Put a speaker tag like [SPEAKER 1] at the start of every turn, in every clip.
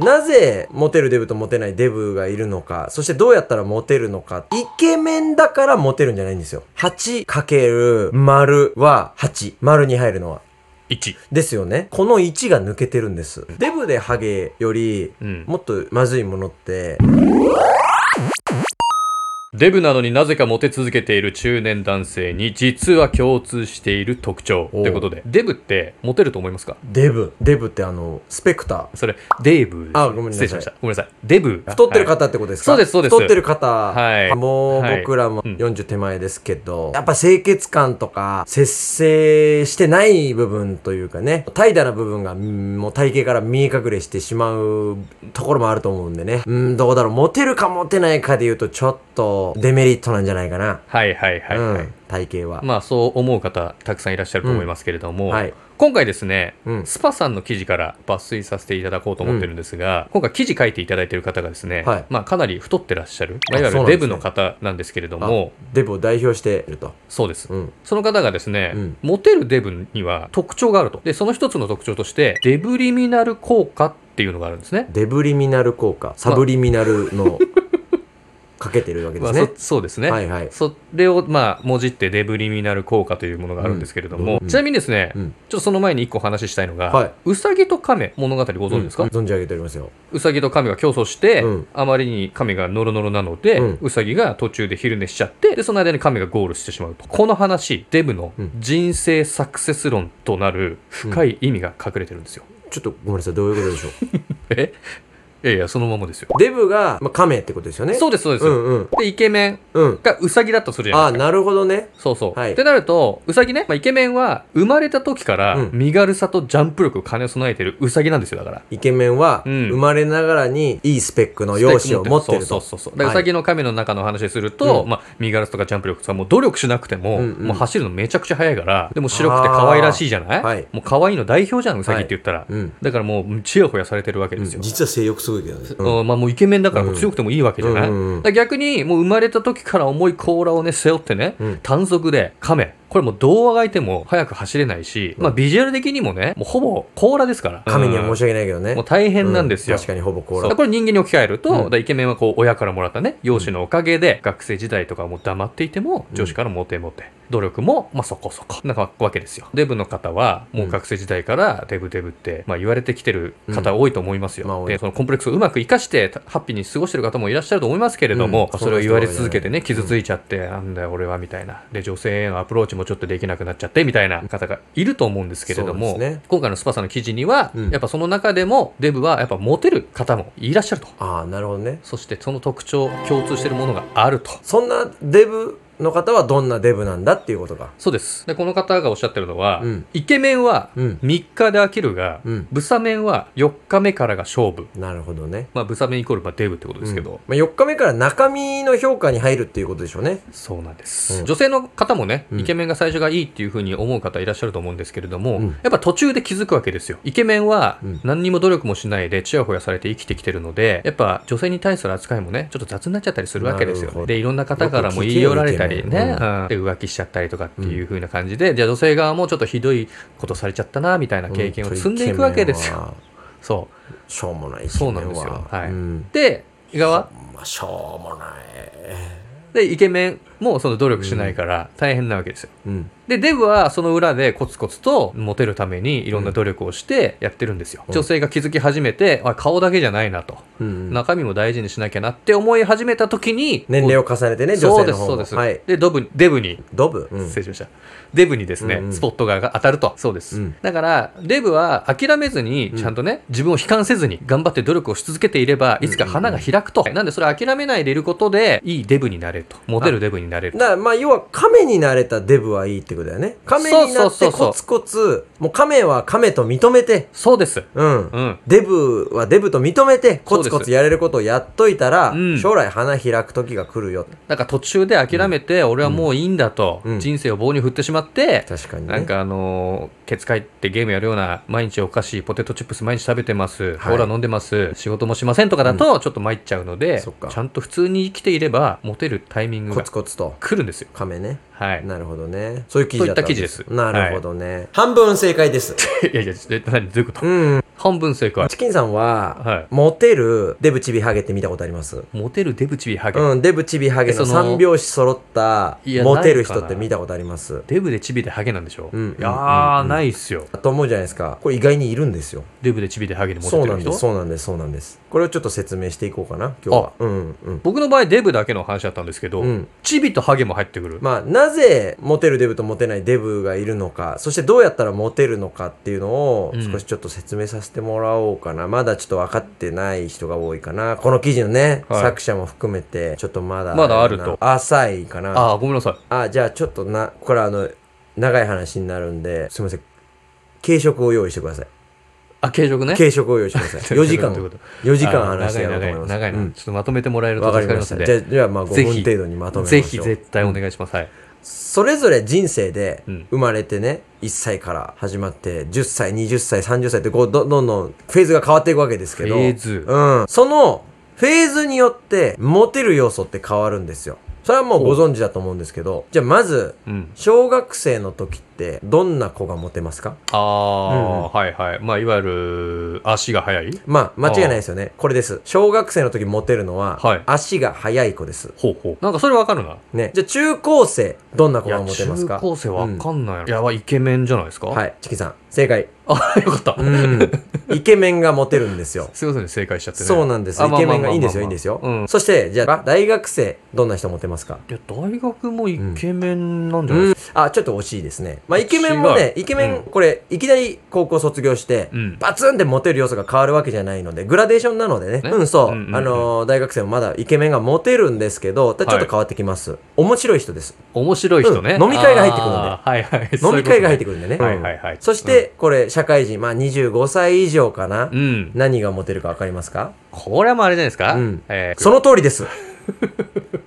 [SPEAKER 1] なぜモテるデブとモテないデブがいるのか、そしてどうやったらモテるのか、イケメンだからモテるんじゃないんですよ。8× 丸は8。丸に入るのは。
[SPEAKER 2] 1。
[SPEAKER 1] ですよね。この1が抜けてるんです。デブでハゲより、
[SPEAKER 2] うん。
[SPEAKER 1] もっとまずいものって、
[SPEAKER 2] デブなのになぜかモテ続けている中年男性に実は共通している特徴と
[SPEAKER 1] おう
[SPEAKER 2] いうことで、デブってモテると思いますか
[SPEAKER 1] デブ。デブってあの、スペクタ
[SPEAKER 2] それ、デーブです。
[SPEAKER 1] あごめんなさい
[SPEAKER 2] 失礼しました。ごめんなさい。デブ。
[SPEAKER 1] ー。太ってる
[SPEAKER 2] はい
[SPEAKER 1] 方ってことですか、
[SPEAKER 2] はいそうですそうです
[SPEAKER 1] 太ってる方。
[SPEAKER 2] はい
[SPEAKER 1] もう
[SPEAKER 2] はい
[SPEAKER 1] 僕らも
[SPEAKER 2] うん
[SPEAKER 1] 40手前ですけど、やっぱ清潔感とか、節制してない部分というかね、怠惰な部分が、うんもう体型から見え隠れしてしまうところもあると思うんでね。うん、どうだろう。モテるかモテないかで言うと、ちょっとデメリットなんじゃないかな。
[SPEAKER 2] はいはいはいは
[SPEAKER 1] う
[SPEAKER 2] い。
[SPEAKER 1] ん、体型は。
[SPEAKER 2] まあそう思う方たくさんいらっしゃると思いますけれども、
[SPEAKER 1] はい。
[SPEAKER 2] 今回ですね、
[SPEAKER 1] うん
[SPEAKER 2] スパさんの記事から抜粋させていただこうと思ってるんですが、今回記事書いていただいてる方がですね、
[SPEAKER 1] はい
[SPEAKER 2] まあ、かなり太ってらっしゃる、まあ、
[SPEAKER 1] あ
[SPEAKER 2] いわゆ
[SPEAKER 1] そう
[SPEAKER 2] る
[SPEAKER 1] なんで
[SPEAKER 2] デ
[SPEAKER 1] す
[SPEAKER 2] ブ
[SPEAKER 1] ね
[SPEAKER 2] の方なんですけれど
[SPEAKER 1] あ
[SPEAKER 2] も
[SPEAKER 1] デブを代表していると。
[SPEAKER 2] そうです
[SPEAKER 1] うん。
[SPEAKER 2] その方がですね、
[SPEAKER 1] うん
[SPEAKER 2] モテるデブには特徴があるとでその一つの特徴としてデブリミナル効果っていうのがあるんですね
[SPEAKER 1] デブリミナル効果、サブリミナル のかけてるわけで
[SPEAKER 2] ますあ、
[SPEAKER 1] ね
[SPEAKER 2] そ。そうですね、
[SPEAKER 1] はいはい。
[SPEAKER 2] それをまあ文字ってデブリミナル効果というものがあるんですけれども、
[SPEAKER 1] うん
[SPEAKER 2] ちなみにですね、
[SPEAKER 1] うん
[SPEAKER 2] ちょっとその前に一個お話ししたいのが、
[SPEAKER 1] はいう
[SPEAKER 2] さぎと亀物語ご存知ですか、う
[SPEAKER 1] うん存じ上げておりますよ。
[SPEAKER 2] さぎと亀が競争して、
[SPEAKER 1] うん
[SPEAKER 2] あまりに亀がノロノロなので、う
[SPEAKER 1] うん
[SPEAKER 2] さぎが途中で昼寝しちゃってでその間に亀がゴールしてしまうとこの話デブの
[SPEAKER 1] うん
[SPEAKER 2] 人生サクセス論となる深い意味が隠れてるんですよ、
[SPEAKER 1] ちょっとごめんなさい、どういうことでしょう。
[SPEAKER 2] えいやいやそのままですよ
[SPEAKER 1] デブが、まあ、亀ってことですよね。
[SPEAKER 2] そうですそうです、
[SPEAKER 1] うんうん。
[SPEAKER 2] でイケメン
[SPEAKER 1] うん。
[SPEAKER 2] がうさぎだとするじゃないですか
[SPEAKER 1] ああ、なるほどね。
[SPEAKER 2] そうそう。
[SPEAKER 1] はい
[SPEAKER 2] ってなると、ウサギね、まあ、イケメンは生まれた時から
[SPEAKER 1] うん
[SPEAKER 2] 身軽さとジャンプ力を兼ね備えてるウサギなんですよ、だから。
[SPEAKER 1] イケメンは、
[SPEAKER 2] うん
[SPEAKER 1] 生まれながらにいいスペックの容姿を持ってる
[SPEAKER 2] そう
[SPEAKER 1] と。
[SPEAKER 2] そうそうそう。だからウサギの神の中の話ですると、
[SPEAKER 1] うん
[SPEAKER 2] まあ、身軽さとかジャンプ力とか、もう努力しなくても、
[SPEAKER 1] うんうん
[SPEAKER 2] もう走るのめちゃくちゃ速いから、でも白くて可愛らしいじゃない、
[SPEAKER 1] あーはい
[SPEAKER 2] もう可愛いの代表じゃん、ウサギって言ったら。
[SPEAKER 1] うん。
[SPEAKER 2] だからもう、ちやほやされてるわけ
[SPEAKER 1] う
[SPEAKER 2] で
[SPEAKER 1] ん
[SPEAKER 2] すよ。
[SPEAKER 1] 実は性欲すごいけどね。うん
[SPEAKER 2] うんまあ、もうイケメンだから
[SPEAKER 1] うん
[SPEAKER 2] もう強くてもいいわけじゃない、
[SPEAKER 1] うんうんうん
[SPEAKER 2] だから逆にもう生まれた時から重い甲羅をね背負ってね、
[SPEAKER 1] うん
[SPEAKER 2] 単足で亀これもうどうあがいても速く走れないし、まあ、ビジュアル的にもねもうほぼ甲羅ですから
[SPEAKER 1] 亀には申し訳
[SPEAKER 2] 訳
[SPEAKER 1] ないけどね。
[SPEAKER 2] もう大変なんですよ、
[SPEAKER 1] う確かにほぼコ
[SPEAKER 2] そう
[SPEAKER 1] ー
[SPEAKER 2] だから
[SPEAKER 1] ラ。
[SPEAKER 2] これ人間に置き換えると、
[SPEAKER 1] うん
[SPEAKER 2] だからイケメンはこう親からもらったね容姿のおかげで、学生時代とかもう黙っていても
[SPEAKER 1] うん
[SPEAKER 2] 女子からモテモテ、努力もまあそこそこなんかわけですよデブの方はもう学生時代からデブデブって、まあ、言われてきてる方多いと思います
[SPEAKER 1] う
[SPEAKER 2] よ、
[SPEAKER 1] んまあ多い
[SPEAKER 2] でそのコンプレックスをうまく生かしてたハッピーに過ごしてる方もいらっしゃると思いますけれども、
[SPEAKER 1] うん
[SPEAKER 2] それを言われ続けてね
[SPEAKER 1] うん
[SPEAKER 2] 傷ついちゃって、なんだよ俺はみたいなで女性へのアプローチもちょっとできなくなっちゃってみたいな方がいると思うんですけれど
[SPEAKER 1] そ
[SPEAKER 2] も、
[SPEAKER 1] うですね
[SPEAKER 2] 今回のスパさんの記事には、
[SPEAKER 1] うん
[SPEAKER 2] やっぱその中でもデブはやっぱモテる方もいらっしゃると
[SPEAKER 1] ああ、なるほどね。
[SPEAKER 2] そしてその特徴共通してるものがあると
[SPEAKER 1] そんなデブの方はどんなデブなんだっていうことか。
[SPEAKER 2] そうですでこの方がおっしゃってるのは、
[SPEAKER 1] うん
[SPEAKER 2] イケメンは
[SPEAKER 1] うん
[SPEAKER 2] 3日で飽きるが、
[SPEAKER 1] うん
[SPEAKER 2] ブサメンは4日目からが勝負
[SPEAKER 1] なるほどね。
[SPEAKER 2] まあブサメンイコールまあデブってことですけど、
[SPEAKER 1] うんまあ、4日目から中身の評価に入るっていうことでしょうね。
[SPEAKER 2] そうなんです、
[SPEAKER 1] うん
[SPEAKER 2] 女性の方もね、
[SPEAKER 1] うん
[SPEAKER 2] イケメンが最初がいいっていうふうに思う方いらっしゃると思うんですけれども、
[SPEAKER 1] うん
[SPEAKER 2] やっぱ途中で気づくわけですよイケメンは
[SPEAKER 1] うん
[SPEAKER 2] 何にも努力もしないでちやほやされて生きてきてるのでやっぱ女性に対する扱いもねちょっと雑になっちゃったりするわけです
[SPEAKER 1] な
[SPEAKER 2] よ
[SPEAKER 1] るほど
[SPEAKER 2] でいろんな方からも言い寄られたり
[SPEAKER 1] よく聞けよイ
[SPEAKER 2] ね
[SPEAKER 1] ケ、メ
[SPEAKER 2] うんで浮気しちゃったりとかっていうふうな感じで、じゃあ女性側もちょっとひどいことされちゃったなみたいな経験を積んでいくわけですよ、
[SPEAKER 1] よ。
[SPEAKER 2] そう
[SPEAKER 1] しょうもない
[SPEAKER 2] そうなんですよはい
[SPEAKER 1] うん
[SPEAKER 2] で側
[SPEAKER 1] まあ、しょうもない。
[SPEAKER 2] でイケメンもその努力しないから大変なわけですよ
[SPEAKER 1] うん。
[SPEAKER 2] でデブはその裏でコツコツとモテるためにいろんな努力をしてやってるんですよ、
[SPEAKER 1] うん
[SPEAKER 2] 女性が気づき始めてあ顔だけじゃないなと、
[SPEAKER 1] うん、
[SPEAKER 2] 中身も大事にしなきゃなって思い始めた時に
[SPEAKER 1] 年齢を
[SPEAKER 2] を
[SPEAKER 1] 重ねてね、
[SPEAKER 2] そ
[SPEAKER 1] 女
[SPEAKER 2] う
[SPEAKER 1] 性
[SPEAKER 2] で
[SPEAKER 1] の
[SPEAKER 2] す
[SPEAKER 1] 方も
[SPEAKER 2] そうです、
[SPEAKER 1] はい。
[SPEAKER 2] でドブデブに
[SPEAKER 1] ドブ、うん
[SPEAKER 2] 失礼しましたデブにですね、
[SPEAKER 1] うんうん
[SPEAKER 2] スポットが当たるとそうです、
[SPEAKER 1] うん
[SPEAKER 2] だからデブは諦めずにちゃんとね、自分を悲観せずに頑張って努力をし続けていればいつか花が開くと、なんでそれ諦めないでいることでいいデブになれるとモテるデブになれる
[SPEAKER 1] だからまあ要は亀になれたデブはいいってことだよね。亀になっ
[SPEAKER 2] そうそう
[SPEAKER 1] て
[SPEAKER 2] そうそう
[SPEAKER 1] コツコツ、もう亀は亀と認めて、
[SPEAKER 2] そうです
[SPEAKER 1] うん。
[SPEAKER 2] うん
[SPEAKER 1] デブはデブと認めて、コツ
[SPEAKER 2] そう
[SPEAKER 1] コ
[SPEAKER 2] です
[SPEAKER 1] ツやれることをやっといたら、
[SPEAKER 2] うん
[SPEAKER 1] 将来花開く時が来るよ。
[SPEAKER 2] なんか途中で諦めて、俺はもういいんだと、
[SPEAKER 1] うん
[SPEAKER 2] 人生を棒に振ってしまって、
[SPEAKER 1] 確かにね。
[SPEAKER 2] なんかあのーケツかいってゲームやるような、毎日お菓子、ポテトチップス毎日食べてます、コ
[SPEAKER 1] はい
[SPEAKER 2] ーラ飲んでます、仕事もしませんとかだと、ちょっと参っちゃうので、
[SPEAKER 1] そっか
[SPEAKER 2] ちゃんと普通に生きていれば、モテるタイミング
[SPEAKER 1] コ
[SPEAKER 2] が
[SPEAKER 1] ツコツと。
[SPEAKER 2] 来るんですよ。
[SPEAKER 1] 亀ね。
[SPEAKER 2] はい。
[SPEAKER 1] なるほどね。そういう記事だったわけ
[SPEAKER 2] そういった記事です
[SPEAKER 1] なるほどね。半分正解です。
[SPEAKER 2] いやいや、え何どういうこと
[SPEAKER 1] うん。
[SPEAKER 2] 半分正解。
[SPEAKER 1] チキンさんは、
[SPEAKER 2] は
[SPEAKER 1] モテるデブチビハゲって見たことあります
[SPEAKER 2] い。モテるデブチビハゲ。
[SPEAKER 1] うん、デブチビハゲの
[SPEAKER 2] えその
[SPEAKER 1] 三拍子揃った
[SPEAKER 2] いや
[SPEAKER 1] モテる
[SPEAKER 2] ない
[SPEAKER 1] 人
[SPEAKER 2] かな
[SPEAKER 1] って見たことあります
[SPEAKER 2] デブでチビでハゲなんでしょ
[SPEAKER 1] うん
[SPEAKER 2] いやー、
[SPEAKER 1] うん
[SPEAKER 2] ないっすよ。
[SPEAKER 1] と思うじゃないですかこれ意外にいるんですよ
[SPEAKER 2] デブでチビでハゲでモテ
[SPEAKER 1] そう
[SPEAKER 2] て
[SPEAKER 1] な
[SPEAKER 2] る
[SPEAKER 1] んで
[SPEAKER 2] 人
[SPEAKER 1] すそうなんですそうなんですこれをちょっと説明していこうかな今日はうんうん
[SPEAKER 2] 僕の場合デブだけの話だったんですけど、
[SPEAKER 1] うん
[SPEAKER 2] チビとハゲも入ってくる、
[SPEAKER 1] まあ、なぜモテるデブとモテないデブがいるのかそしてどうやったらモテるのかっていうのを
[SPEAKER 2] うん
[SPEAKER 1] 少しちょっと説明させてもらおうかな、まだちょっと分かってない人が多いかなこの記事のね、
[SPEAKER 2] はい
[SPEAKER 1] 作者も含めてちょっとまだ
[SPEAKER 2] まだあると
[SPEAKER 1] 浅いかな
[SPEAKER 2] ああごめんなさい
[SPEAKER 1] あじゃあちょっとなこれはあの長い話になるんですいません軽食を用意してください
[SPEAKER 2] あ軽食ね
[SPEAKER 1] 軽食を用意してください4時間
[SPEAKER 2] どういうこと
[SPEAKER 1] 4時間
[SPEAKER 2] あ
[SPEAKER 1] 話してやろうと
[SPEAKER 2] 長い
[SPEAKER 1] 思います
[SPEAKER 2] 長い長いな、
[SPEAKER 1] うん
[SPEAKER 2] ちょっとまとめてもらえると
[SPEAKER 1] わか
[SPEAKER 2] 助
[SPEAKER 1] り
[SPEAKER 2] かり
[SPEAKER 1] ま
[SPEAKER 2] ま
[SPEAKER 1] し
[SPEAKER 2] す
[SPEAKER 1] た
[SPEAKER 2] ね
[SPEAKER 1] じゃあじゃあまあ5
[SPEAKER 2] ぜ
[SPEAKER 1] 分
[SPEAKER 2] ひ
[SPEAKER 1] 程度にまとめましょ
[SPEAKER 2] ぜ
[SPEAKER 1] う
[SPEAKER 2] ひ絶対お願いします、はい
[SPEAKER 1] それぞれ人生で
[SPEAKER 2] うん
[SPEAKER 1] 生まれてね、1歳から始まって10歳20歳30歳ってこうどどんどんフェーズが変わっていくわけですけど
[SPEAKER 2] フェーズ
[SPEAKER 1] うん、そのフェーズによってモテる要素って変わるんですよそれはもうご存知だと思うんですけどじゃあまず
[SPEAKER 2] うん
[SPEAKER 1] 小学生の時ってどんな子がモテますか
[SPEAKER 2] ああ、
[SPEAKER 1] うん
[SPEAKER 2] はいはいまあいわゆる足が速い
[SPEAKER 1] まあ間違いないですよねこれです小学生の時モテるのは、
[SPEAKER 2] はい
[SPEAKER 1] 足が速い子です
[SPEAKER 2] ほうほうなんかそれわかるな
[SPEAKER 1] ねじゃあ中高生どんな子
[SPEAKER 2] いや
[SPEAKER 1] がモテ
[SPEAKER 2] 中
[SPEAKER 1] ますか
[SPEAKER 2] 高生わか
[SPEAKER 1] うん
[SPEAKER 2] ないやろ、いやばいイケメンじゃないですか
[SPEAKER 1] んはいチキさん正解
[SPEAKER 2] あよかった、
[SPEAKER 1] うん、イケメンがモテるんですよ。
[SPEAKER 2] すいませんね正解しちゃってね
[SPEAKER 1] そうなんです。
[SPEAKER 2] あ
[SPEAKER 1] イ
[SPEAKER 2] まあ
[SPEAKER 1] ケメン
[SPEAKER 2] まあま
[SPEAKER 1] が
[SPEAKER 2] あ
[SPEAKER 1] いいんですよ、いいん
[SPEAKER 2] まあまあ
[SPEAKER 1] ですよ。
[SPEAKER 2] うん
[SPEAKER 1] そして、じゃあ、大学生、どんな人モテますか
[SPEAKER 2] いや大学もイケメンなんじゃないですか、
[SPEAKER 1] うん、あ、ちょっと惜しいですね。まあ、イケメンもね、イケメン、
[SPEAKER 2] うん
[SPEAKER 1] これ、いきなり高校卒業して、
[SPEAKER 2] うん
[SPEAKER 1] バツンってモテる要素が変わるわけじゃないので、グラデーションなのでね。
[SPEAKER 2] ね
[SPEAKER 1] うん、そう。
[SPEAKER 2] うんうんうん
[SPEAKER 1] あのー大学生もまだイケメンがモテるんですけど、ただちょっと変わってきます。面白い人です。
[SPEAKER 2] 面白い人ね、
[SPEAKER 1] うん飲み会が入ってくるんで
[SPEAKER 2] あーはいはい
[SPEAKER 1] 飲み会が入って
[SPEAKER 2] く
[SPEAKER 1] くるんでね。
[SPEAKER 2] はいはいはい
[SPEAKER 1] うんそして、これ、社会人、まあ、25歳以上かな。
[SPEAKER 2] うん
[SPEAKER 1] 何がモテるかわかりますか
[SPEAKER 2] これはもうあれじゃないですか、
[SPEAKER 1] うん
[SPEAKER 2] えー
[SPEAKER 1] その通りです。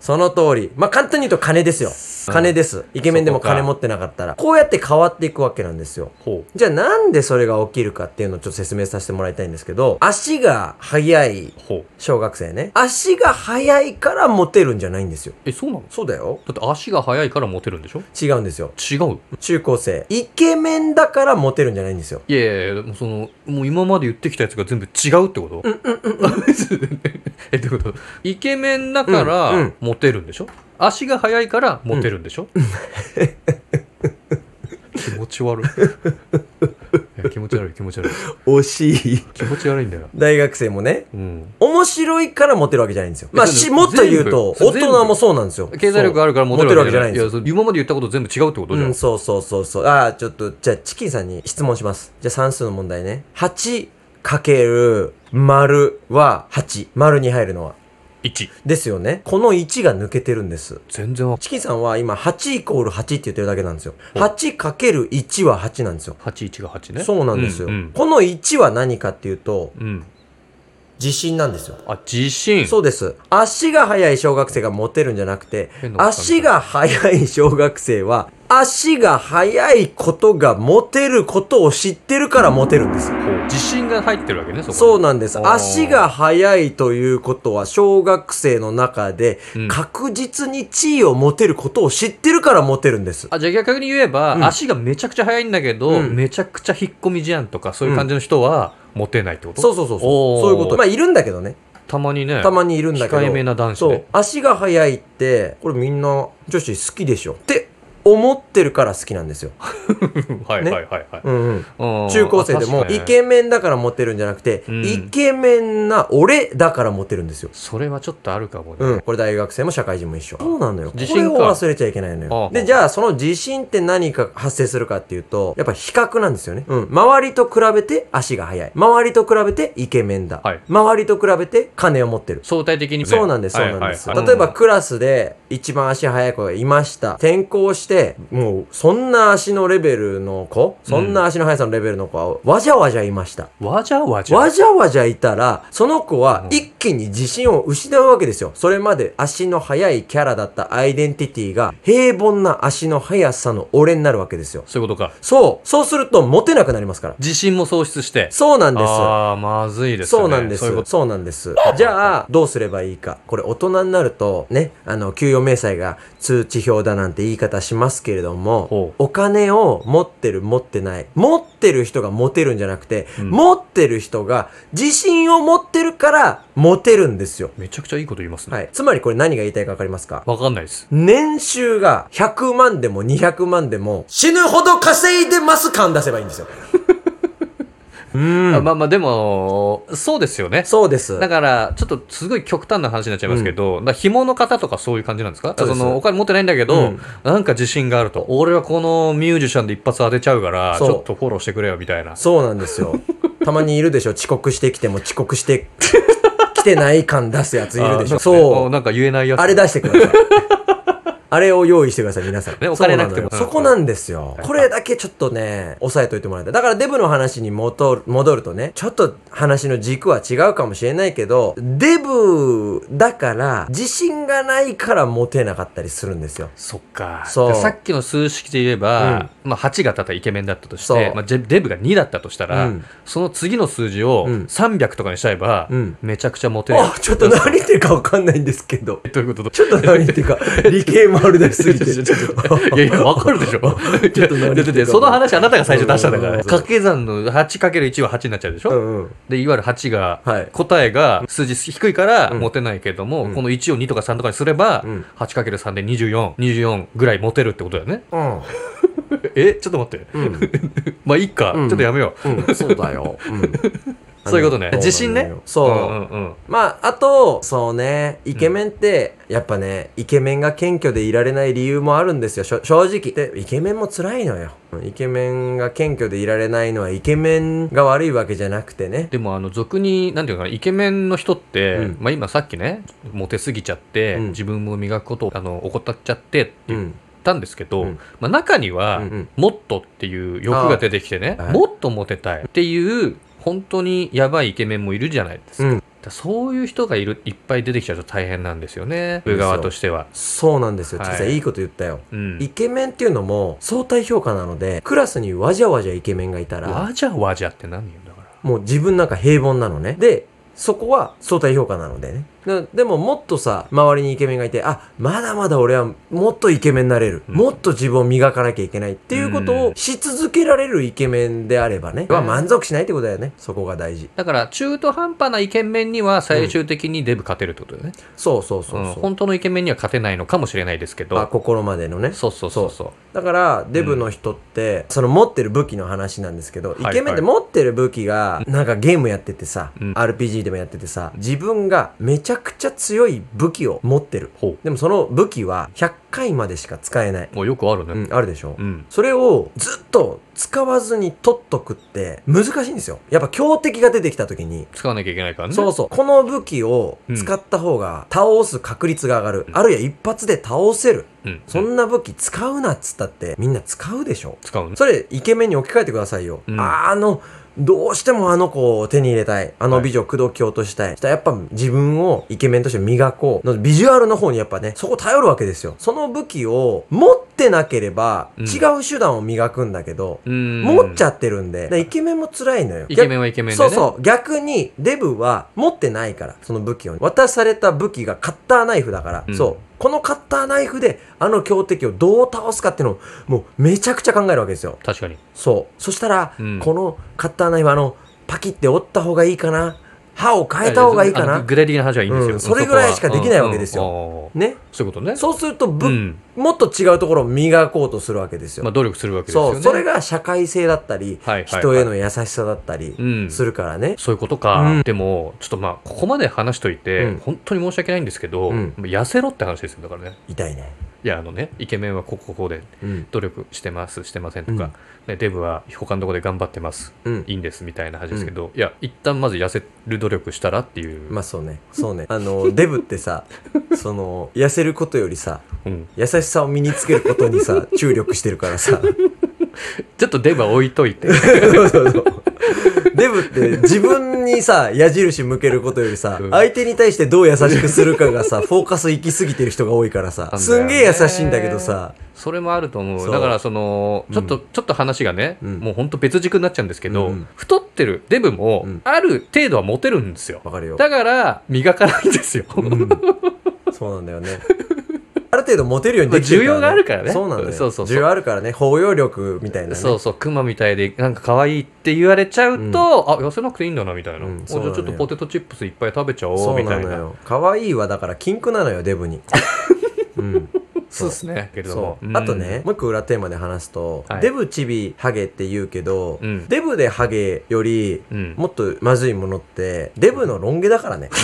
[SPEAKER 1] その通り。まあ、簡単に言うと金ですよ。金です。イケメンでも
[SPEAKER 2] そこか
[SPEAKER 1] 金持ってなかったら。こうやって変わっていくわけなんですよ。
[SPEAKER 2] ほう
[SPEAKER 1] じゃあなんでそれが起きるかっていうのをちょっと説明させてもらいたいんですけど、足が速い
[SPEAKER 2] ほう
[SPEAKER 1] 小学生ね。足が速いからモテるんじゃないんですよ。
[SPEAKER 2] えそうなのだ
[SPEAKER 1] そうだよ。
[SPEAKER 2] って足が速いからモテるんでしょ
[SPEAKER 1] 違うんですよ。
[SPEAKER 2] 違う
[SPEAKER 1] 中高生。イケメンだからモテるんじゃないんですよ。
[SPEAKER 2] いやいやいやもうそのもう今まで言ってきたやつが全部違うってことうんうんうん えってことイケメンだか
[SPEAKER 1] うんう
[SPEAKER 2] ら
[SPEAKER 1] ん
[SPEAKER 2] モテるんでしょ、足が速いからモテるんでしょ、 気持ち悪いいや気持ち悪い気持ち悪い
[SPEAKER 1] 惜しい。
[SPEAKER 2] 気持ち悪いんだよ
[SPEAKER 1] 大学生もね。
[SPEAKER 2] うん
[SPEAKER 1] 面白いからモテるわけじゃないんですよ。まあ、し、
[SPEAKER 2] 全部
[SPEAKER 1] もっと言うと、
[SPEAKER 2] 全
[SPEAKER 1] 大
[SPEAKER 2] 部
[SPEAKER 1] 人もそうなんですよ。
[SPEAKER 2] 経済力があるからモテるわけじゃない
[SPEAKER 1] モテるわけじゃないんですよ
[SPEAKER 2] やその今まで言ったこと全部違うってことじゃ、
[SPEAKER 1] うんん、そうそうそうそう。ああ、ちょっと、じゃあ、チキンさんに質問します。じゃあ、算数の問題ね。8かける丸は8。丸に入るのは。
[SPEAKER 2] 1
[SPEAKER 1] ですよね。この1が抜けてるんです。
[SPEAKER 2] 全然わ
[SPEAKER 1] チキンさんは今、8イコール8って言ってるだけなんですよ。
[SPEAKER 2] うん
[SPEAKER 1] 8かける1は8なんですよ。
[SPEAKER 2] 81が8ね
[SPEAKER 1] そうなんですよ、
[SPEAKER 2] うん
[SPEAKER 1] この1は何かっていうと、
[SPEAKER 2] うんうん
[SPEAKER 1] 自信なんですよ。
[SPEAKER 2] あ自 信
[SPEAKER 1] そうです。足が速い小学生がモテるんじゃなくて
[SPEAKER 2] 変、なおっさん
[SPEAKER 1] 足が速い小学生は、足が速いことがモテることを知ってるからモテるんです。
[SPEAKER 2] こう自信が入ってるわけねそこに
[SPEAKER 1] そうなんです。
[SPEAKER 2] あー
[SPEAKER 1] 足が速いということは、小学生の中で
[SPEAKER 2] うん、
[SPEAKER 1] 確実に地位を持てることを知ってるからモテるんです。
[SPEAKER 2] あじゃあ逆に言えば、
[SPEAKER 1] うん
[SPEAKER 2] 足がめちゃくちゃ速いんだけど、
[SPEAKER 1] うん
[SPEAKER 2] めちゃくちゃ引っ込み思案とかそういう感じの人は、モテないってこと
[SPEAKER 1] そうそうそうそ
[SPEAKER 2] おー
[SPEAKER 1] う。そういうこと。まあ、いるんだけどね。
[SPEAKER 2] たまにね
[SPEAKER 1] たまにいるんだけど。
[SPEAKER 2] 控えめな男子
[SPEAKER 1] そ
[SPEAKER 2] ね
[SPEAKER 1] う。足が速いって、これみんな女子好きでしょ。って思ってるから好きなんですよ。
[SPEAKER 2] はい
[SPEAKER 1] ね
[SPEAKER 2] はいはいはい、
[SPEAKER 1] うんうん。
[SPEAKER 2] うん
[SPEAKER 1] 中高生で
[SPEAKER 2] あ
[SPEAKER 1] も
[SPEAKER 2] 確かに
[SPEAKER 1] イケメンだからモテるんじゃなくて、
[SPEAKER 2] うん
[SPEAKER 1] イケメンな俺だからモテるんですよ。
[SPEAKER 2] それはちょっとあるかもね、
[SPEAKER 1] うん。これ大学生も社会人も一緒。そうなのよ。こ
[SPEAKER 2] 自信
[SPEAKER 1] れ
[SPEAKER 2] か
[SPEAKER 1] を忘れちゃいけないの
[SPEAKER 2] ああ
[SPEAKER 1] よ。で、じゃあその自信って何か発生するかっていうと、やっぱ比較なんですよね。うん。周りと比べて足が速い。周りと比べてイケメンだ。
[SPEAKER 2] はい
[SPEAKER 1] 周りと比べて金を持ってる。
[SPEAKER 2] 相対的にね
[SPEAKER 1] そうなんです、そうなんです。
[SPEAKER 2] はいはいはい
[SPEAKER 1] 例えばクラスで一番足速い子がいました。転校して、もうそんな足のレベルの子、そんな足の速さのレベルの子はわじゃわじゃいました。
[SPEAKER 2] うんわじゃわじゃ
[SPEAKER 1] わじゃわじゃいたら、その子は
[SPEAKER 2] うん
[SPEAKER 1] 一気に自信を失うわけですよ。それまで足の速いキャラだったアイデンティティが平凡な足の速さの俺になるわけですよ。
[SPEAKER 2] そういうことか
[SPEAKER 1] そう。そうするとモテなくなりますから。
[SPEAKER 2] 自信も喪失して
[SPEAKER 1] そうなんです。
[SPEAKER 2] ああまずいですね
[SPEAKER 1] そうなんです
[SPEAKER 2] そういうこと
[SPEAKER 1] そうなんです。じゃあ、どうすればいいか。これ、大人になると、ね、あの、給与明細が通知表だなんて言い方しますけれども
[SPEAKER 2] ほ、
[SPEAKER 1] お金を持ってる持ってない、持ってる人がモテるんじゃなくて、
[SPEAKER 2] うん
[SPEAKER 1] 持ってる人が自信を持ってるからモテるんですよ。
[SPEAKER 2] めちゃくちゃいいこと言いますね。
[SPEAKER 1] はい。つまりこれ何が言いたいかわかりますか
[SPEAKER 2] わかんないです。
[SPEAKER 1] 年収が100万でも200万でも死ぬほど稼いでます感出せばいいんですよ。う
[SPEAKER 2] あ
[SPEAKER 1] ん。
[SPEAKER 2] まあまあ、でも、そうですよね。
[SPEAKER 1] そうです。
[SPEAKER 2] だから、ちょっとすごい極端な話になっちゃいますけど、だから紐の方とかそういう感じなんですか
[SPEAKER 1] そうです
[SPEAKER 2] のお金持ってないんだけど、
[SPEAKER 1] うん
[SPEAKER 2] なんか自信があると、俺はこのミュージシャンで一発当てちゃうから、ち
[SPEAKER 1] そう
[SPEAKER 2] ょっとフォローしてくれよみたいな。
[SPEAKER 1] そうなんですよ。たまにいるでしょ。遅刻してきても遅刻して 来てない感出すやついるでしょ。
[SPEAKER 2] あなんかね
[SPEAKER 1] そ
[SPEAKER 2] あ
[SPEAKER 1] う。
[SPEAKER 2] なんか言えないやつ。
[SPEAKER 1] あれ出してください。あれを用意してください、皆さん。
[SPEAKER 2] ねお金なくても
[SPEAKER 1] そうのよそこなんですよ。これだけちょっとね、押さえといてもらいたい。だからデブの話に戻る戻るとね、ちょっと話の軸は違うかもしれないけど、デブだから、自信がないからモテなかったりするんですよ。
[SPEAKER 2] そっか
[SPEAKER 1] そう
[SPEAKER 2] でさっきの数式で言えば、まあ、8がただイケメンだったとし
[SPEAKER 1] そ
[SPEAKER 2] て
[SPEAKER 1] う、
[SPEAKER 2] まあ、ジェデブが2だったとしたら、
[SPEAKER 1] うん
[SPEAKER 2] その次の数字を
[SPEAKER 1] うん
[SPEAKER 2] 300とかにしちゃえば、
[SPEAKER 1] うん
[SPEAKER 2] めちゃくちゃモテる
[SPEAKER 1] あ、ちょっと何言ってるかわかんないんですけど。
[SPEAKER 2] どういう こと
[SPEAKER 1] ちょっと何言ってる か、理系丸出しすぎて。
[SPEAKER 2] いやいや、わかる でしょ。いや
[SPEAKER 1] と何言ってるか
[SPEAKER 2] だってだってその話あなたが最初出したんだか
[SPEAKER 1] うんうんう
[SPEAKER 2] ら。
[SPEAKER 1] ん
[SPEAKER 2] 掛け算の 8×1 は8になっちゃうでしょ、
[SPEAKER 1] うんうん。
[SPEAKER 2] で、いわゆる8が、
[SPEAKER 1] はい
[SPEAKER 2] 答えが数字低いから
[SPEAKER 1] うん
[SPEAKER 2] モテないけども、
[SPEAKER 1] うん
[SPEAKER 2] この1を2とか3とかにすれば、
[SPEAKER 1] うん
[SPEAKER 2] 8×3 で24、24ぐらいモテるってことだよね。
[SPEAKER 1] うん。
[SPEAKER 2] え、ちょっと待って。
[SPEAKER 1] うん。
[SPEAKER 2] まあいいか、
[SPEAKER 1] うん
[SPEAKER 2] ちょっとやめよ
[SPEAKER 1] うん、そうだよ。うん。
[SPEAKER 2] う。 そういうこ
[SPEAKER 1] そうな
[SPEAKER 2] とね。
[SPEAKER 1] のよ
[SPEAKER 2] 自信ね。
[SPEAKER 1] そうん
[SPEAKER 2] うんうん。
[SPEAKER 1] まあ、あと、そうね、イケメンって、やっぱね、イケメンが謙虚でいられない理由もあるんですよ、しょ正直。で、イケメンも辛いのよ。イケメンが謙虚でいられないのは、イケメンが悪いわけじゃなくてね。
[SPEAKER 2] でもあの俗になんていうのかなイケメンの人って、
[SPEAKER 1] うん
[SPEAKER 2] まあ今さっきねモテすぎちゃって、
[SPEAKER 1] うん
[SPEAKER 2] 自分も磨くことをあの怠っちゃってって
[SPEAKER 1] う
[SPEAKER 2] 言っ
[SPEAKER 1] ん。
[SPEAKER 2] たんですけ
[SPEAKER 1] う
[SPEAKER 2] ど、
[SPEAKER 1] ん
[SPEAKER 2] まあ、中には、
[SPEAKER 1] うんうん
[SPEAKER 2] もっとっていう欲が出てきてね
[SPEAKER 1] あーはい
[SPEAKER 2] もっとモテたいっていう本当にやばいイケメンもいるじゃないですか,、
[SPEAKER 1] うん
[SPEAKER 2] だからそういう人がいるいっぱい出てきちゃうと大変なんですよね
[SPEAKER 1] そう
[SPEAKER 2] 上側としては。
[SPEAKER 1] そうなんですよ。
[SPEAKER 2] はい
[SPEAKER 1] ちきさん、いいこと言ったよ。
[SPEAKER 2] うん
[SPEAKER 1] イケメンっていうのも、相対評価なので、クラスにわじゃわじゃイケメンがいたら、
[SPEAKER 2] わじゃわじゃって何よだから。
[SPEAKER 1] もう自分なんか平凡なのね。で、そこは相対評価なのでね。なでももっとさ、周りにイケメンがいて、あ、まだまだ俺はもっとイケメンになれる。
[SPEAKER 2] うん
[SPEAKER 1] もっと自分を磨かなきゃいけないっていうこと
[SPEAKER 2] う
[SPEAKER 1] をし続けられるイケメンであればね。
[SPEAKER 2] うん
[SPEAKER 1] は満足しないってことだよね。そこが大事。
[SPEAKER 2] だから中途半端なイケメンには最終的にデブ勝てるってことだよね、
[SPEAKER 1] そうそうそううんそう。
[SPEAKER 2] 本当のイケメンには勝てないのかもしれないですけ
[SPEAKER 1] あ、
[SPEAKER 2] ど
[SPEAKER 1] 心までのね。
[SPEAKER 2] そうそうそうそう
[SPEAKER 1] だから、デブの人って、その持ってる武器の話なんですけど、
[SPEAKER 2] いはい
[SPEAKER 1] イケメンって持ってる武器が、なんかゲームやっててさ、
[SPEAKER 2] うん
[SPEAKER 1] RPG でもやっててさ、自分がめちゃくちゃ強い武器を持ってる。
[SPEAKER 2] ほ
[SPEAKER 1] でもその武器は100回までしか使えない。
[SPEAKER 2] うもうよくある
[SPEAKER 1] う
[SPEAKER 2] ね
[SPEAKER 1] ん、あるでしょ、
[SPEAKER 2] うん、
[SPEAKER 1] それをずっと使わずに取っとくって難しいんですよ。やっぱ強敵が出てきた時に、
[SPEAKER 2] 使わなきゃいけないからね
[SPEAKER 1] そうそう。この武器を使った方が倒す確率が上がる。
[SPEAKER 2] うん
[SPEAKER 1] あるいは一発で倒せる。
[SPEAKER 2] う、ん、
[SPEAKER 1] そんな武器使うなっつったってみんな使うでしょ
[SPEAKER 2] 使うね
[SPEAKER 1] それイケメンに置き換えてくださいよ、
[SPEAKER 2] うん
[SPEAKER 1] ああのどうしてもあの子を手に入れたいあの美女を口説き落としたい、したらやっぱ自分をイケメンとして磨こうのビジュアルの方にやっぱねそこ頼るわけですよその武器を持ってなければ
[SPEAKER 2] うん
[SPEAKER 1] 違う手段を磨くんだけど、
[SPEAKER 2] うん
[SPEAKER 1] 持っちゃってるんでだからイケメンも辛いのよ
[SPEAKER 2] イケメンはイケメンでね
[SPEAKER 1] そうそう逆にデブは持ってないからその武器を渡された武器がカッターナイフだから、
[SPEAKER 2] うん
[SPEAKER 1] そうこのカッターナイフであの強敵をどう倒すかっていうのをもうめちゃくちゃ考えるわけですよ
[SPEAKER 2] 確かに
[SPEAKER 1] そうそしたら、
[SPEAKER 2] うん
[SPEAKER 1] このカッターナイフあのパキって折った方がいいかな刃を変えた方がいいか
[SPEAKER 2] あの
[SPEAKER 1] な
[SPEAKER 2] 具体的な話はいいんですよ、
[SPEAKER 1] うんそれぐらいしかできないわけですよ
[SPEAKER 2] うんうんうんうん
[SPEAKER 1] ね
[SPEAKER 2] そういうことね
[SPEAKER 1] そうするとぶ、
[SPEAKER 2] うん
[SPEAKER 1] もっと違うところを磨こうとするわけですよ、
[SPEAKER 2] まあ、努力するわけですよ
[SPEAKER 1] そ
[SPEAKER 2] ね
[SPEAKER 1] うそれが社会性だったり、
[SPEAKER 2] はいはいはい
[SPEAKER 1] 人への優しさだったり
[SPEAKER 2] うん
[SPEAKER 1] するからね、
[SPEAKER 2] そういうことか、
[SPEAKER 1] うん
[SPEAKER 2] でもちょっとまあここまで話しといて、
[SPEAKER 1] うん
[SPEAKER 2] 本当に申し訳ないんですけど、
[SPEAKER 1] うん
[SPEAKER 2] 痩せろって話ですよだからね
[SPEAKER 1] 痛いね、
[SPEAKER 2] いやあのねイケメンはこうこうこうで
[SPEAKER 1] うん
[SPEAKER 2] 努力してますしてませんと
[SPEAKER 1] うん
[SPEAKER 2] か、ね、デブは他のとこで頑張ってます
[SPEAKER 1] うん、
[SPEAKER 2] いいんですみたいな話ですけど、いや一旦まず痩せる努力したらっていう、
[SPEAKER 1] まあそうね。そうね。あの、デブってさ、 その、痩せることよりさ、
[SPEAKER 2] うん、
[SPEAKER 1] 優しさを身につけることにさ、注力してるからさ。
[SPEAKER 2] ちょっとデブは置いといて
[SPEAKER 1] そうそうそう。デブって自分にさ、矢印向けることよりさ
[SPEAKER 2] うん、
[SPEAKER 1] 相手に対してどう優しくするかがさ、フォーカス行き過ぎてる人が多いからさ
[SPEAKER 2] な、んだ
[SPEAKER 1] す
[SPEAKER 2] よ
[SPEAKER 1] ん
[SPEAKER 2] ね
[SPEAKER 1] げえ優しいんだけどさ、
[SPEAKER 2] それもあると思う
[SPEAKER 1] そう
[SPEAKER 2] だからそのちょっと、ちょっと話がね、
[SPEAKER 1] うん
[SPEAKER 2] もうほんと別軸になっちゃうんですけど、
[SPEAKER 1] うんうん
[SPEAKER 2] 太ってるデブも
[SPEAKER 1] うん
[SPEAKER 2] ある程度はモテるんですよ
[SPEAKER 1] わかるよ。
[SPEAKER 2] だから磨かないんですよ、
[SPEAKER 1] うんそうなんだよね。ある程度モテるようにできてるから、ね。
[SPEAKER 2] 需要があるからね
[SPEAKER 1] そうなんだよ。
[SPEAKER 2] そうそうそう
[SPEAKER 1] 需要あるからね。包容力みたいなね。
[SPEAKER 2] そうそう、クマみたいで、なんか可愛いって言われちゃうと、あ、痩せなくていいんだな、みたいな。
[SPEAKER 1] うん
[SPEAKER 2] おじ
[SPEAKER 1] そう
[SPEAKER 2] ゃ
[SPEAKER 1] なのよ
[SPEAKER 2] あちょっとポテトチップスいっぱい食べちゃおう、
[SPEAKER 1] そう
[SPEAKER 2] み
[SPEAKER 1] な
[SPEAKER 2] たい
[SPEAKER 1] の
[SPEAKER 2] な。
[SPEAKER 1] よ。可愛いはだから禁句なのよ、デブ に。うん。
[SPEAKER 2] そうですね。けれども
[SPEAKER 1] そ。う。あとね、もう一個裏テーマで話すと、
[SPEAKER 2] はい
[SPEAKER 1] デブ、チビ、ハゲって言うけど、
[SPEAKER 2] うん
[SPEAKER 1] デブでハゲより、
[SPEAKER 2] うん、うん。
[SPEAKER 1] もっとまずいものって、デブのロン毛だからね。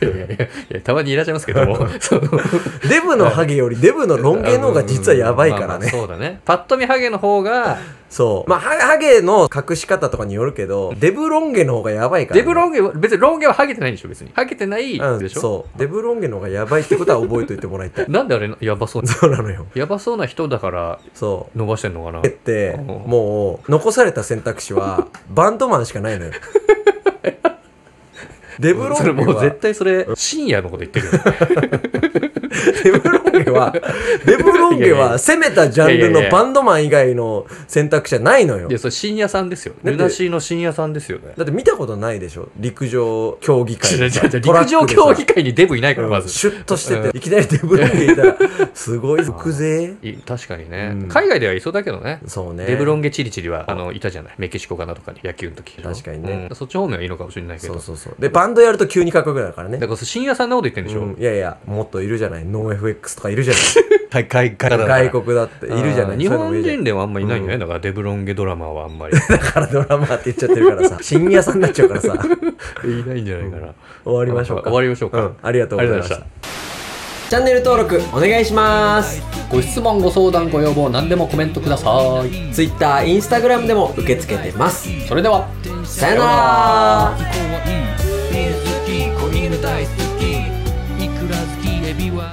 [SPEAKER 2] いやいやいやいや、たまにいらっしゃいますけど も。そう
[SPEAKER 1] デブのハゲよりデブのロン毛の方が実はやばいから
[SPEAKER 2] まあまあ
[SPEAKER 1] ね。
[SPEAKER 2] そうだね。パッと見ハゲの方が、
[SPEAKER 1] そう。 まあ、ハハゲの隠し方とかによるけど、デブロン毛の方がやばいから、ね。
[SPEAKER 2] デブロン毛は、別にロン毛はハゲてないんでしょ、別に。ハゲてない
[SPEAKER 1] うん
[SPEAKER 2] でしょ。。
[SPEAKER 1] そう。デブロン毛の方がやばいってことは覚えといてもらいたい
[SPEAKER 2] なんであれ、やばそうな。
[SPEAKER 1] そうなのよ。
[SPEAKER 2] やばそうな人だから
[SPEAKER 1] そ
[SPEAKER 2] 伸ばしてんのかな
[SPEAKER 1] う。。って、もう、残された選択肢 は、バンドマンしかないのよ。デブロン
[SPEAKER 2] それも
[SPEAKER 1] 毛
[SPEAKER 2] う絶
[SPEAKER 1] は、
[SPEAKER 2] 対それ、深夜のこと言ってるよね。
[SPEAKER 1] デブロン毛は、デブロン
[SPEAKER 2] い
[SPEAKER 1] 毛
[SPEAKER 2] やいやい
[SPEAKER 1] は
[SPEAKER 2] や
[SPEAKER 1] 攻めたジャンル
[SPEAKER 2] いやいやい
[SPEAKER 1] の
[SPEAKER 2] や
[SPEAKER 1] バンドマン以外の選択肢はないのよ
[SPEAKER 2] いや、。それ深夜さんですよ。
[SPEAKER 1] だって
[SPEAKER 2] ルナシーの深夜さんですよね。
[SPEAKER 1] だって見たことないでしょ陸上競技会
[SPEAKER 2] 違う違う
[SPEAKER 1] とか
[SPEAKER 2] 違う
[SPEAKER 1] トラッ
[SPEAKER 2] 陸上
[SPEAKER 1] クでさ
[SPEAKER 2] 競技会にデブいないから、ま
[SPEAKER 1] うん
[SPEAKER 2] ず。
[SPEAKER 1] シュッとしてて、いきなりデブロン毛いたら、すごい、福勢
[SPEAKER 2] い確かにね、
[SPEAKER 1] うん
[SPEAKER 2] 海外ではいそうだけどね。
[SPEAKER 1] そうね。
[SPEAKER 2] デブロンゲチリチリは、あの、いたじゃない。メキシコかなとかに、野球の時。
[SPEAKER 1] 確かにね
[SPEAKER 2] うんそっち方面はいいのかもしれないけ
[SPEAKER 1] そ
[SPEAKER 2] ど。
[SPEAKER 1] うそうそう。で、バンドやると急にかっこよくなるからね
[SPEAKER 2] だ。から、深夜さんのこと言ってんでしょ、
[SPEAKER 1] うんいやいや、もっといるじゃない。ノー FX とかいるじゃ
[SPEAKER 2] 大会か
[SPEAKER 1] ない。外国だっているじゃない。
[SPEAKER 2] 日
[SPEAKER 1] そううのもい
[SPEAKER 2] 本
[SPEAKER 1] るじゃない
[SPEAKER 2] 人ではあんまいないよね、だからデブロンゲドラマはあんまり
[SPEAKER 1] だからドラマーって言っちゃってるからさ、 深夜さんになっちゃうから さ、
[SPEAKER 2] いないんじゃないかな、
[SPEAKER 1] 終わりましょうか。
[SPEAKER 2] 終わりましょうか、
[SPEAKER 1] うんありがとうございまし
[SPEAKER 2] ありがとうござい
[SPEAKER 1] た。チャンネル登録お願いします。
[SPEAKER 2] ご質問ご相談ご要望何でもコメントください
[SPEAKER 1] Twitter、Instagram でも受け付けてます。
[SPEAKER 2] それでは
[SPEAKER 1] さよなら
[SPEAKER 3] ビール好き恋の大好きいくら好きエビは